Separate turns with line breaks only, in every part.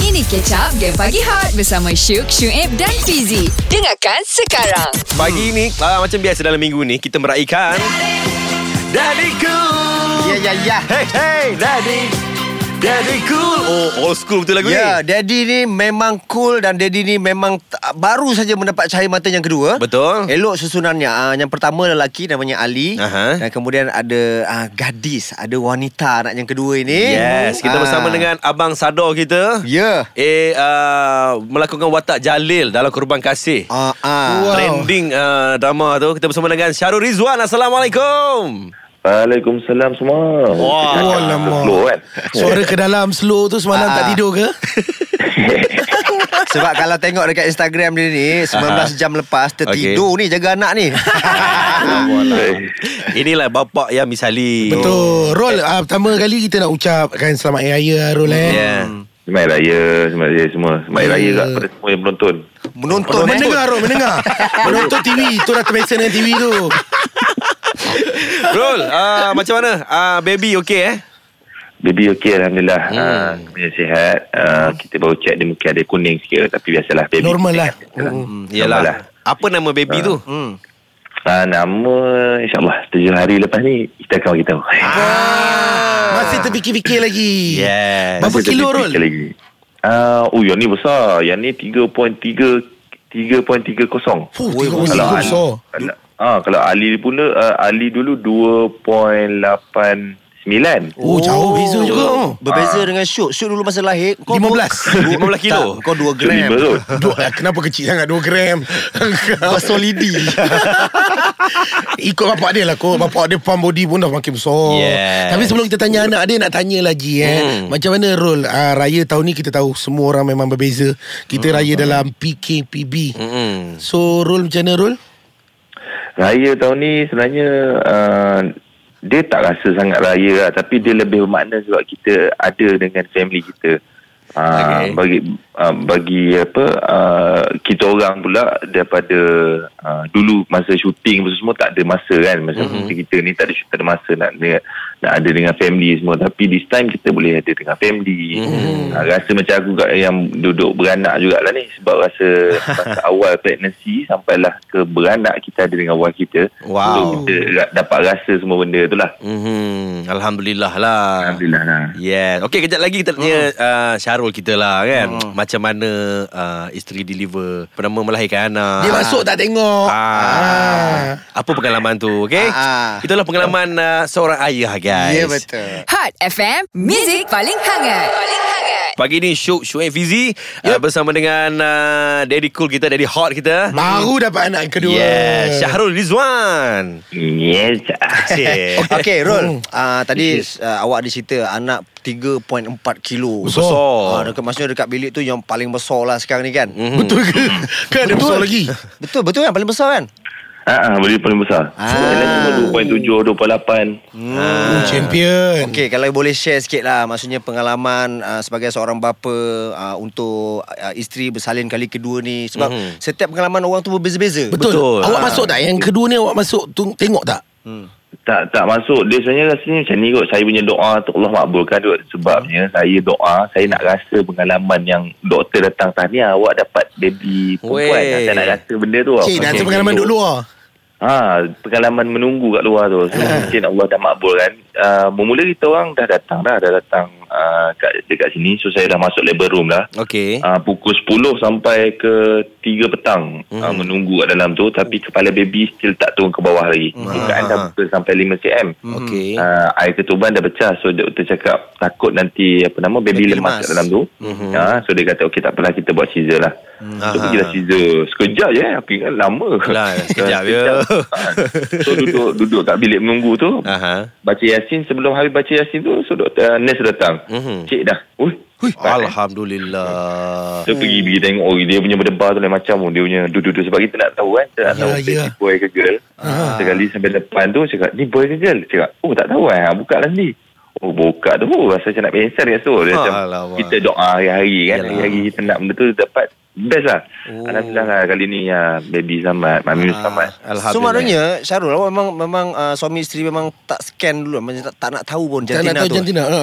Ini Catch Up Game Pagi Hot Bersama Syuk, Syuib dan Fizi Dengarkan sekarang
Pagi ni uh, Macam biasa dalam minggu ni Kita meraihkan Dadiku
Ya ya ya.
Hey hey Dadi Dadiku Oh old school betul lagu
Ya,
ni
Daddy ni memang cool dan Daddy ni memang t- baru saja mendapat cahaya mata yang kedua.
Betul.
Elok susunannya. Ah, yang pertama lelaki namanya Ali
Aha.
dan kemudian ada ah, gadis, ada wanita anak yang kedua ini.
Yes Kita
Ah.
bersama dengan Abang Sador kita
Ya.
Eh uh, Melakukan watak Jalil Dalam Korban Kasih
Ah, ah.
Trending uh, drama tu Kita bersama dengan Syarul Rizwan Assalamualaikum
Waalaikumsalam semua.
Wah.
Kita
Oh
cakap
lama
slow kan.
Suara ke dalam slow tu semalam
Ah.
tak tidur ke?
Sebab kalau tengok dekat Instagram dia ni 19 jam lepas tertidur ni jaga anak ni.
Inilah bapak yang misali
Betul. Rol ah, pertama kali kita nak ucapkan selamat hari raya Rol eh.
Yeah.
Semaik raya, semaik raya semua. Semaik
Ya.
raya kat pada semua yang menonton.
Menonton eh.
Mendengar Rol, mendengar. Menonton TV, tu dah terbiasa dengan TV tu.
Rul uh, Macam mana uh, Baby okay eh
Baby okey Alhamdulillah. Hmm. Uh, sihat.
Hmm.
Uh, kita baru check dia mungkin ada kuning sikit. Tapi biasalah baby. Ah,
Normal lah.
Hmm,
lah.
Yelah Apa nama baby tu
Uh, nama insyaAllah tujuh hari lepas ni kita akan bagi tahu.
Ah,
Masih terfikir-fikir lagi.
Yes
Berapa
Kita
kilo
fikir
Rol?
Lagi. Uh, oh yang ni besar. Yang ni 3.3 3.30.
Fuh,
Oi,
tiga
oi,
puluh tiga
oi.
besar.
Kalau- Ah, kalau Ali pula uh, Ali dulu 2.89.
Oh, jauh beza juga.
Berbeza dengan Syuk Syuk dulu masa lahir kau
15.
15 Ah. kilo.
Tak, Kau 2 gram
Lima tu.
Dua, eh, kenapa kecil sangat 2 gram
Kau solidi
Ikut bapak dia lah kot Bapak dia pump body pun dah makin besar
Yes.
Tapi sebelum kita tanya anak dia Nak tanya lagi eh
Hmm.
Macam mana Rol uh, Raya tahun ni kita tahu Semua orang memang berbeza Kita raya
Hmm.
dalam PKPB
Mm-mm.
So Rol macam mana Rol?
Raya tahun ni sebenarnya uh, dia tak rasa sangat raya lah tapi dia lebih bermakna sebab kita ada dengan family kita. Uh,
Okay.
okay. bagi uh, bagi apa uh, kita orang pula daripada uh, dulu masa syuting apa semua tak ada masa kan masa
Mhm.
mm-hmm. kita ni tak ada tak ada masa nak nak nak ada dengan family semua tapi this time kita boleh ada dengan family
Mhm.
mm-hmm. uh, rasa macam aku kat, yang duduk beranak jugalah ni sebab rasa masa awal pregnancy sampailah ke beranak kita ada dengan wife kita
Wow.
so kita ra- dapat rasa semua benda tu lah
Mhm. Alhamdulillah lah
Alhamdulillah lah
Yes Okay kejap lagi kita tanya uh, Syarul kita lah kan Macam mana uh, Isteri deliver Pernah melahirkan anak
Dia masuk tak tengok
Ah. Apa pengalaman tu Okay
Ah.
Itulah pengalaman uh, Seorang ayah
Ah.
guys
Ya betul
Hot FM Music paling hangat Paling hangat
Pagi ni Syuk Syuk and Fizi yep. uh, Bersama dengan uh, Daddy Cool kita Daddy Hot kita
Baru dapat anak kedua
Yes Syahrul Rizwan
yes
Asyik.
Okay Rol uh, Tadi uh, awak ada cerita Anak 3.4 kilo
Besar.
uh, dekat, Maksudnya dekat bilik tu Yang paling besar lah sekarang ni kan mm.
Betul ke? Kan ada besar lagi
Betul betul kan Paling besar kan
Ah, ah, boleh paling besar.
Ah.
Ah. Yang lain semua
Hmm.
2.7, 2.8.
Ah.
oh, Champion
Okay kalau boleh share sikit lah Maksudnya pengalaman uh, Sebagai seorang bapa uh, Untuk uh, isteri bersalin kali kedua ni Sebab mm-hmm. setiap pengalaman orang tu berbeza-beza
Eh, Betul,
Betul.
Awak masuk tak? Yang kedua ni awak masuk tu, Tengok tak?
Tak tak masuk. Dia sebenarnya rasanya macam ni kot. Saya punya doa tu Allah makbulkan kot. Sebabnya saya doa, saya nak rasa pengalaman yang doktor datang tahniah awak dapat baby perempuan.
Weh.
Saya nak rasa benda tu.
Cik, nanti
Macam
pengalaman ah.
tu.
duduk luar
Ha, pengalaman menunggu kat luar tu. So, mungkin Allah dah makbulkan. Uh, bermula kita orang dah datang dah. Dah datang uh, kat, dekat sini. So, saya dah masuk labor room dah.
Okay
uh, pukul 10 sampai ke 3 petang hmm. uh, menunggu kat dalam tu tapi kepala baby still tak turun ke bawah lagi bukaan dah pukul sampai 5 cm
Okay
uh, air ketuban dah pecah so doktor cakap takut nanti apa nama baby,
Baby lemas.
lemas kat dalam tu
Mhm.
hmm. uh, so dia kata okey tak apalah kita buat scissor lah So
Aha.
pergi dah scissor Sekejap je eh. Aku ingat lama
Lah, sekejap je.
Ah. So duduk Duduk kat bilik menunggu tu
Aha.
Baca Yasin Sebelum habis baca Yasin tu So doktor, uh, nurse datang
Mhm.
Cik dah Ui,
Alhamdulillah.
dia pergi pergi tengok oh, dia punya berdebar tu lain macam oh, dia punya duduk-duduk sebab kita nak tahu kan kita nak
Ya,
tahu
ya.
yeah. boy ke girl Ah, sekali sampai depan tu cakap ni boy ke girl cakap oh tak tahu eh buka lah ni oh buka tu oh, rasa macam nak pensan kat situ dia macam
Alamak.
kita doa hari-hari kan
Yalah.
hari-hari kita nak benda tu dapat best lah
Oh. Ah.
Alhamdulillah lah kali ni ya, baby selamat mami selamat
Alhamdulillah.
So maknanya Syarul ah, awak memang memang uh, suami isteri memang lah. tak scan dulu memang tak, tak nak tahu pun
Tak
jantina
nak tahu
tu.
jantina ha.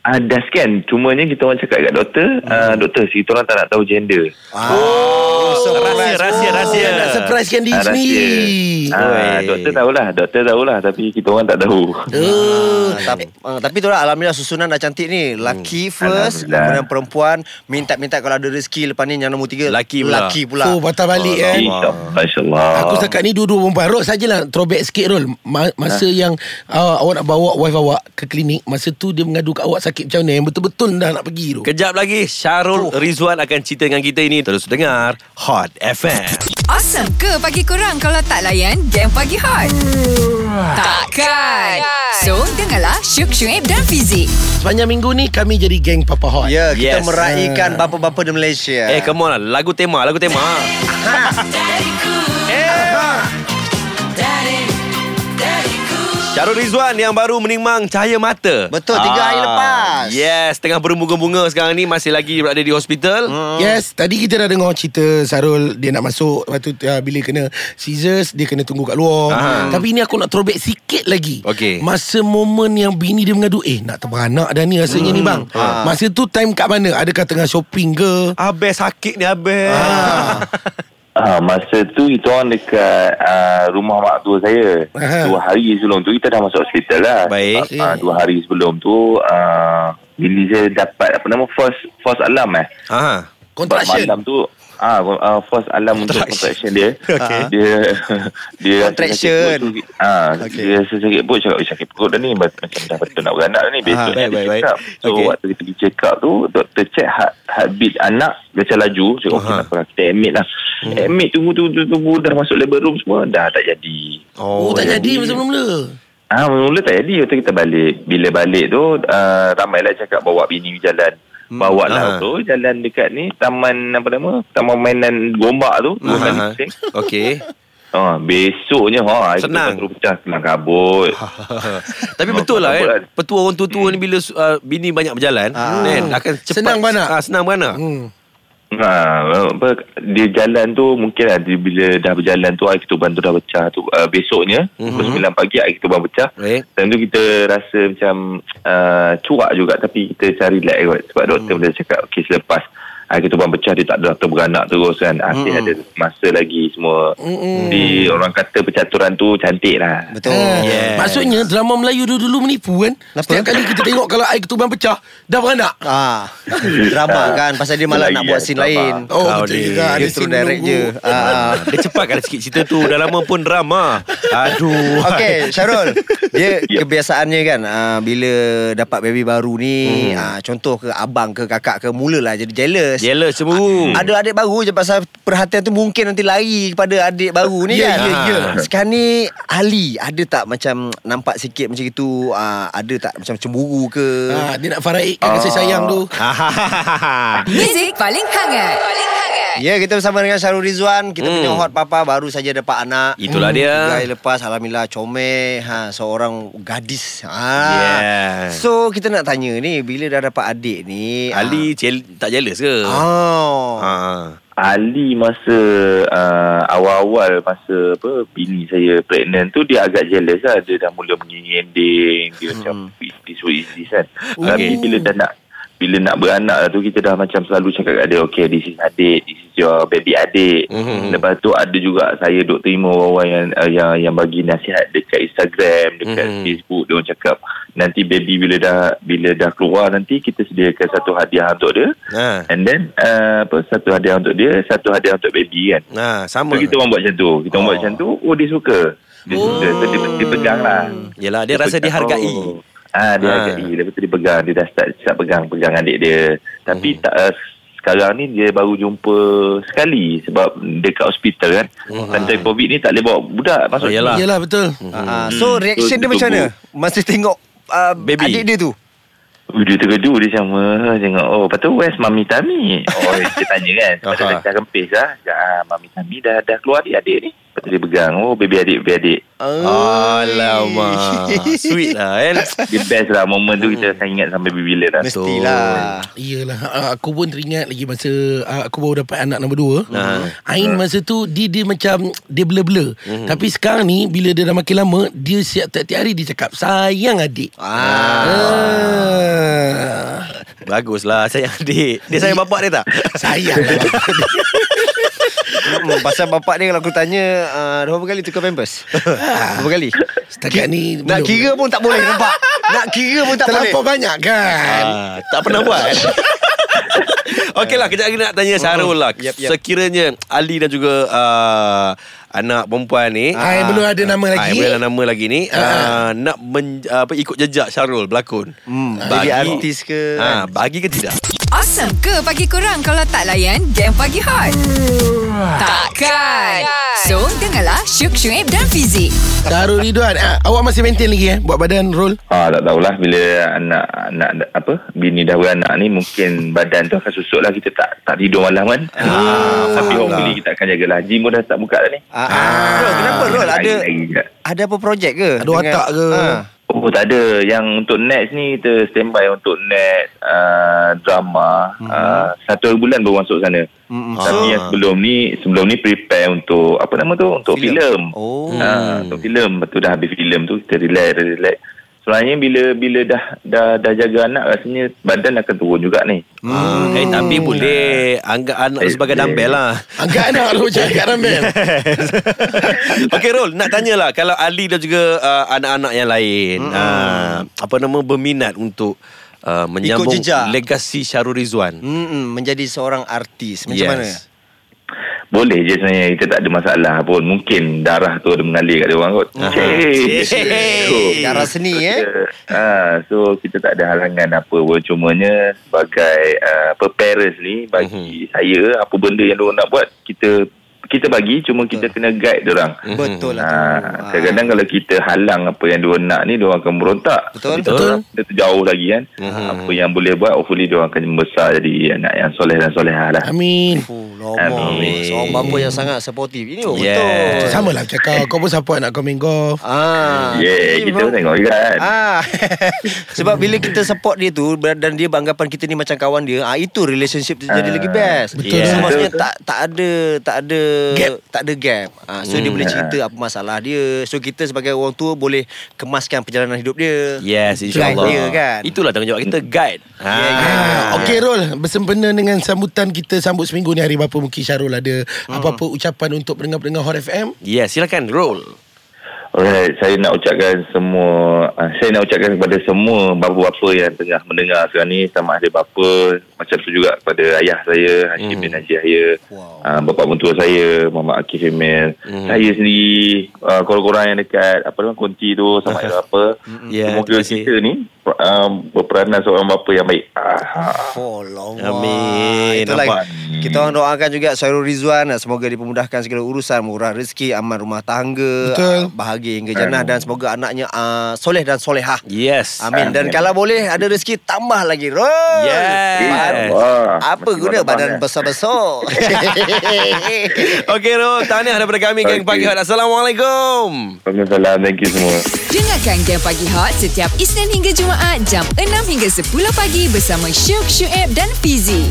Ah, dah scan. Cumanya kita orang cakap kat doktor, hmm. ah, doktor, kita orang tak nak tahu gender.
Oh,
Rahsia, rahsia, rahsia.
Nak surprisekan diri
Ah, rahsia.
sendiri.
Ah,
Oi.
doktor tahulah, doktor tahulah tapi kita orang tak tahu.
Eh.
Uh, tapi, uh, tapi tu lah Alhamdulillah susunan dah cantik ni
Hmm.
Laki first
Alhamdulillah.
Kemudian perempuan Minta-minta kalau ada rezeki Lepas ni yang nombor tiga
Laki pula.
Laki pula
Oh, patah balik eh.
Insya- Masya-Allah.
Aku setakat ni dua-dua perempuan Rol sajalah Throwback sikit Rol Ma- Masa yang uh, Awak nak bawa wife awak Ke klinik Masa tu dia mengadu kat awak Sakit macam mana Yang betul-betul dah nak pergi tu
Kejap lagi Syarul Rizwan akan cerita dengan kita ini Terus dengar Hot FM
Awesome ke pagi korang kalau tak layan game pagi hot? Takkan. So, dengarlah Syuk, Syuib dan Fizi.
Sepanjang minggu ni Kami jadi geng Papa Hot
Ya
Yes.
kita meraihkan
Ah.
Bapa-bapa di Malaysia
Eh come on lah Lagu tema Lagu tema Syarul Rizwan yang baru menimang cahaya mata Ah.
Betul, tiga hari lepas.
Yes Tengah berbunga-bunga sekarang ni Masih lagi berada di hospital hmm.
Yes Tadi kita dah dengar cerita Sarul Dia nak masuk Lepas tu uh, bila kena Scissors Dia kena tunggu kat luar
Ah.
Tapi ni aku nak throwback sikit lagi
Okey.
Masa momen yang bini dia mengadu Eh nak terberanak dah ni rasanya ni bang
Ah.
Masa tu time kat mana Adakah tengah shopping ke
Abel sakit ni Abel ah.
Ah, masa tu kita orang dekat ah, rumah mak tua saya.
Aha.
Dua hari sebelum tu kita dah masuk hospital lah.
Baik.
Sebab, ah, dua hari sebelum tu ah, bila saya dapat apa nama first first alarm eh.
Ah.
Sebab
Contraction
malam tu ah uh, first alarm untuk
Contraction.
contraction dia. Ah,
Okay.
Dia dia rasa
Contraction.
sakit perut tu, Ah
Okay.
okay. dia rasa sakit perut cakap "Eh, sakit perut dah ni macam dah betul nak beranak dah ni besok
Ah, baik, baik, baik.
up. So
Okay.
okay. waktu kita pergi check up tu doktor check heart, heartbeat anak dia macam laju. Cakap okey
Aha. Hmm.
tak apa kita admit lah. Admit tunggu tunggu tunggu, tunggu dah masuk labor room semua dah tak jadi.
Oh,
ya.
tak jadi
jadi.
masa mula-mula
Ah mula tak jadi waktu kita balik. Bila balik tu uh, ramailah cakap bawa bini jalan. Bawa lah
Ah.
tu jalan dekat ni taman apa nama? Taman mainan gombak tu.
Ah,
Taman
ah.
pusing.
Okay
Ha, besoknya ha
Senang. Ha,
terus pecah kelang kabut.
Tapi betul lah
Apa-apa
kan Petua orang tua-tua ni Bila uh, bini banyak berjalan
Ah.
kan, Akan cepat
Senang beranak.
ah, Senang beranak
hmm.
Ha, apa, dia jalan tu mungkin lah dia, bila dah berjalan tu air ketuban tu dah pecah tu. Uh, besoknya pukul 9 pagi air ketuban pecah.
Baik.
Dan tu kita rasa macam uh, cuak juga tapi kita cari relax kot sebab doktor bila cakap okey selepas air ketuban pecah dia tak ada doktor beranak terus kan. Asyik ada masa lagi semua. Di orang kata percaturan tu cantik lah.
Betul
Ah.
Yes.
Ha. Maksudnya drama Melayu dulu-dulu menipu kan
Kenapa?
Setiap kali kita tengok Kalau air ketuban pecah Dah beranak
Ah, drama kan Pasal dia malah
Lagi
nak buat
kan,
scene
drama.
lain
Oh
Kau
betul
ni.
juga
Dia
Ada
terus
scene
direct
menunggu.
je ah, ah.
Dia cepat kan sikit cerita tu Dah lama pun drama Aduh
Okay Syarul Dia kebiasaannya kan uh, Bila dapat baby baru ni hmm. uh, Contoh ke abang ke kakak ke Mulalah jadi jealous Ah,
Jealous cemburu
Ada adik baru je Pasal perhatian tu mungkin nanti lari Kepada adik baru ni
Ya,
kan
ya, ya.
Sekarang ni Ali Ada tak macam Nampak sikit macam itu uh, Ada tak macam cemburu ke
Ah, dia nak faraidkan kasih sayang tu
Music paling hangat. Paling hangat.
Ya kita bersama dengan Syarul Rizwan Kita
Hmm.
punya hot papa Baru saja dapat anak
Itulah dia.
Tiga hari lepas Alhamdulillah comel ha, Seorang gadis ha.
Yeah.
So kita nak tanya ni Bila dah dapat adik ni
Ali jel- tak jealous ke?
ha. Oh ha.
Ah.
Ali masa uh, awal-awal masa apa bini saya pregnant tu dia agak jealous lah dia dah mula mengending dia macam is this what is this kan tapi bila dah nak bila nak beranak lah tu kita dah macam selalu cakap kat dia okay this is adik this is your baby adik
Mhm.
lepas tu ada juga saya duk terima orang yang uh, yang, yang bagi nasihat dekat Instagram dekat
Mhm.
Facebook dia orang cakap nanti baby bila dah bila dah keluar nanti kita sediakan satu hadiah untuk dia
Ah.
And then uh, apa satu hadiah untuk dia, satu hadiah untuk baby kan.
Ah,
So
sama.
kita orang buat macam tu. Kita orang buat macam tu, oh dia suka. Dia oh. suka. So dia, dia pegang lah.
Yelah, dia rasa
pegang.
dihargai.
Oh. Ah, dia
Ah.
hargai. Lepas tu dia pegang, dia dah start, start pegang pegang adik dia. Tapi
Hmm.
tak uh, sekarang ni dia baru jumpa sekali sebab dekat hospital kan. Time time Covid ni tak boleh bawa budak masuk.
Hmm. Ah. Oh, yelah.
Yelah betul
Ha. So
Hmm.
reaction
So,
dia macam mana
dia
Masa tengok uh,
Baby.
Adik dia tu
Oh, Dia terkedu dia sama Tengok Oh lepas tu Where's mami Tami Oh dia tanya kan Lepas tu
Aha.
dah dah kempis lah Sekejap, ah, Mami Tami dah, dah keluar adik-adik ni Lepas dia pegang oh baby adik baby adik
Alamak Sweet lah kan
dia best lah momen tu
Hmm.
kita akan ingat sampai
Oh.
bila dah
lah. Mestilah
Iyalah ah, Aku pun teringat lagi Masa ah, aku baru dapat anak nombor dua
Ah.
Ain masa tu Dia dia macam Dia blur-blur
Mhm.
Tapi sekarang ni Bila dia dah makin lama Dia siap tiap-tiap hari Dia cakap Sayang adik
Ah.
Ah.
ah.
Bagus lah sayang adik Dia sayang bapak dia tak?
Sayang lah
Hmm, pasal bapak dia kalau aku tanya uh, Berapa kali tukar pampers? berapa kali?
Setakat ni
Nak
belum.
kira pun tak boleh nampak Nak kira pun tak
Terlampau
boleh
banyak kan
Ah, tak pernah buat Okey lah Kejap lagi nak tanya Sarul lah
Yap, yep.
Sekiranya Ali dan juga uh, Anak perempuan ni
Ah, yang belum ada nama lagi.
Ah, yang belum ada nama lagi ni uh, Nak men, apa, ikut jejak Sarul berlakon
Hmm, jadi artis ke,
ah, Bagi ke tidak
Awesome ke pagi korang kalau tak layan game pagi hot? Takkan. So, dengarlah Syuk Syuib dan Fizik.
Darul Ridwan ah, Awak masih maintain lagi eh Buat badan roll
Ah, tak tahulah bila anak anak apa bini dah beranak ni mungkin badan tu akan susut lah kita tak tak tidur malam kan. Ah, tapi hopefully kita akan jagalah. Gym pun dah tak buka dah ni.
Ah, lah. ah. Rol, kenapa Rol? Ada
Lagi- lagi.
ada apa projek ke?
Ada watak ke?
Ah.
Oh tak ada Yang untuk next ni Kita standby untuk next uh, Drama hmm. uh, Satu hari bulan baru masuk sana hmm. Tapi
Ah.
yang sebelum ni Sebelum ni prepare untuk Apa nama tu Untuk
Filem.
filem
Oh.
Ah, Untuk filem Lepas tu dah habis filem tu Kita relax relax Sebenarnya bila bila dah dah, dah jaga anak rasanya badan akan turun juga ni.
hmm. Eh tapi boleh Anggap anak tu sebagai
Eh,
dumbbell lah
Angkat anak lu Macam angkat rambel
Okey Rol Nak tanyalah Kalau Ali dan juga uh, Anak-anak yang lain
Hmm.
mm uh, Apa nama Berminat untuk uh, Menyambung
jejak. Hmm.
Legasi Syarul Rizwan
Mm-mm, menjadi seorang artis macam
Yes.
mana?
Boleh je sebenarnya kita tak ada masalah pun. Mungkin darah tu ada mengalir kat dia orang kot.
Cik.
Cik. So,
Darah seni eh.
Ha, so kita tak ada halangan apa pun cumanya sebagai uh, apa parents ni bagi
Mhm.
saya apa benda yang diorang nak buat kita kita bagi cuma kita kena guide diorang.
Betul lah. tu.
Ha, kadang-kadang kalau kita halang apa yang diorang nak ni diorang akan berontak.
Betul. Mhm.
Tapi kalau Kita terjauh lagi kan. Apa yang boleh buat hopefully diorang akan membesar jadi anak yang soleh dan solehah lah.
Amin
Oh, lama.
Amin.
Seorang bapa yang sangat supportive. Ini oh,
Yes.
betul.
Sama lah macam kau Kau pun support nak kau main golf
Ah.
Yeah, Ya, kita pun tengok juga kan.
Ah. Sebab bila kita support dia tu ber- dan dia beranggapan kita ni macam kawan dia, ah itu relationship tu
Ah.
jadi lagi best.
Betul.
So,
Yeah.
maksudnya tak tak ada tak ada
Gap.
tak ada gap. Ah so dia boleh
Hmm.
cerita apa masalah dia. So kita sebagai orang tua boleh kemaskan perjalanan hidup dia.
Yes
Guide dia
insyaAllah
kan.
Itulah tanggungjawab kita Guide ha.
Yeah, yeah.
Ah, Okey Rol Bersempena dengan sambutan kita Sambut seminggu ni hari berapa Mungkin Syarul ada Apa-apa ucapan Untuk pendengar-pendengar Hot FM
Yes silakan Rol
Alright, saya nak ucapkan semua uh, saya nak ucapkan kepada semua bapa-bapa yang tengah mendengar sekarang ni sama ada bapa macam tu juga kepada ayah saya Haji
Hmm.
bin Haji Yahya wow. uh, bapa mentua saya Muhammad Akif Emil
Hmm.
mm. saya sendiri uh, korang-korang yang dekat apa nama konti tu sama ada apa
Hmm.
Ya,
semoga
terima kasih.
kita ni um, berperanan seorang bapa yang baik ah,
Oh, Allah.
Amin.
Itulah
Nampak?
kita orang doakan juga Syairul Rizwan semoga dipermudahkan segala urusan, murah rezeki, aman rumah tangga, ah,
Betul.
bahagia hingga jannah dan semoga anaknya ah, soleh dan solehah.
Yes
Amin. Dan
Amin.
kalau boleh ada rezeki tambah lagi. Rol.
Yes.
ah, Wah,
Eh, Apa
masih
guna
orang
badan
teman, eh.
besar-besar?
Okey Rol Tahniah daripada kami Geng
Okey.
Pagi Hot Assalamualaikum
Waalaikumsalam thank you semua
Dengarkan Game Pagi Hot setiap Isnin hingga Jumaat jam 6 hingga 10 pagi bersama Syuk Syuib dan Fizik.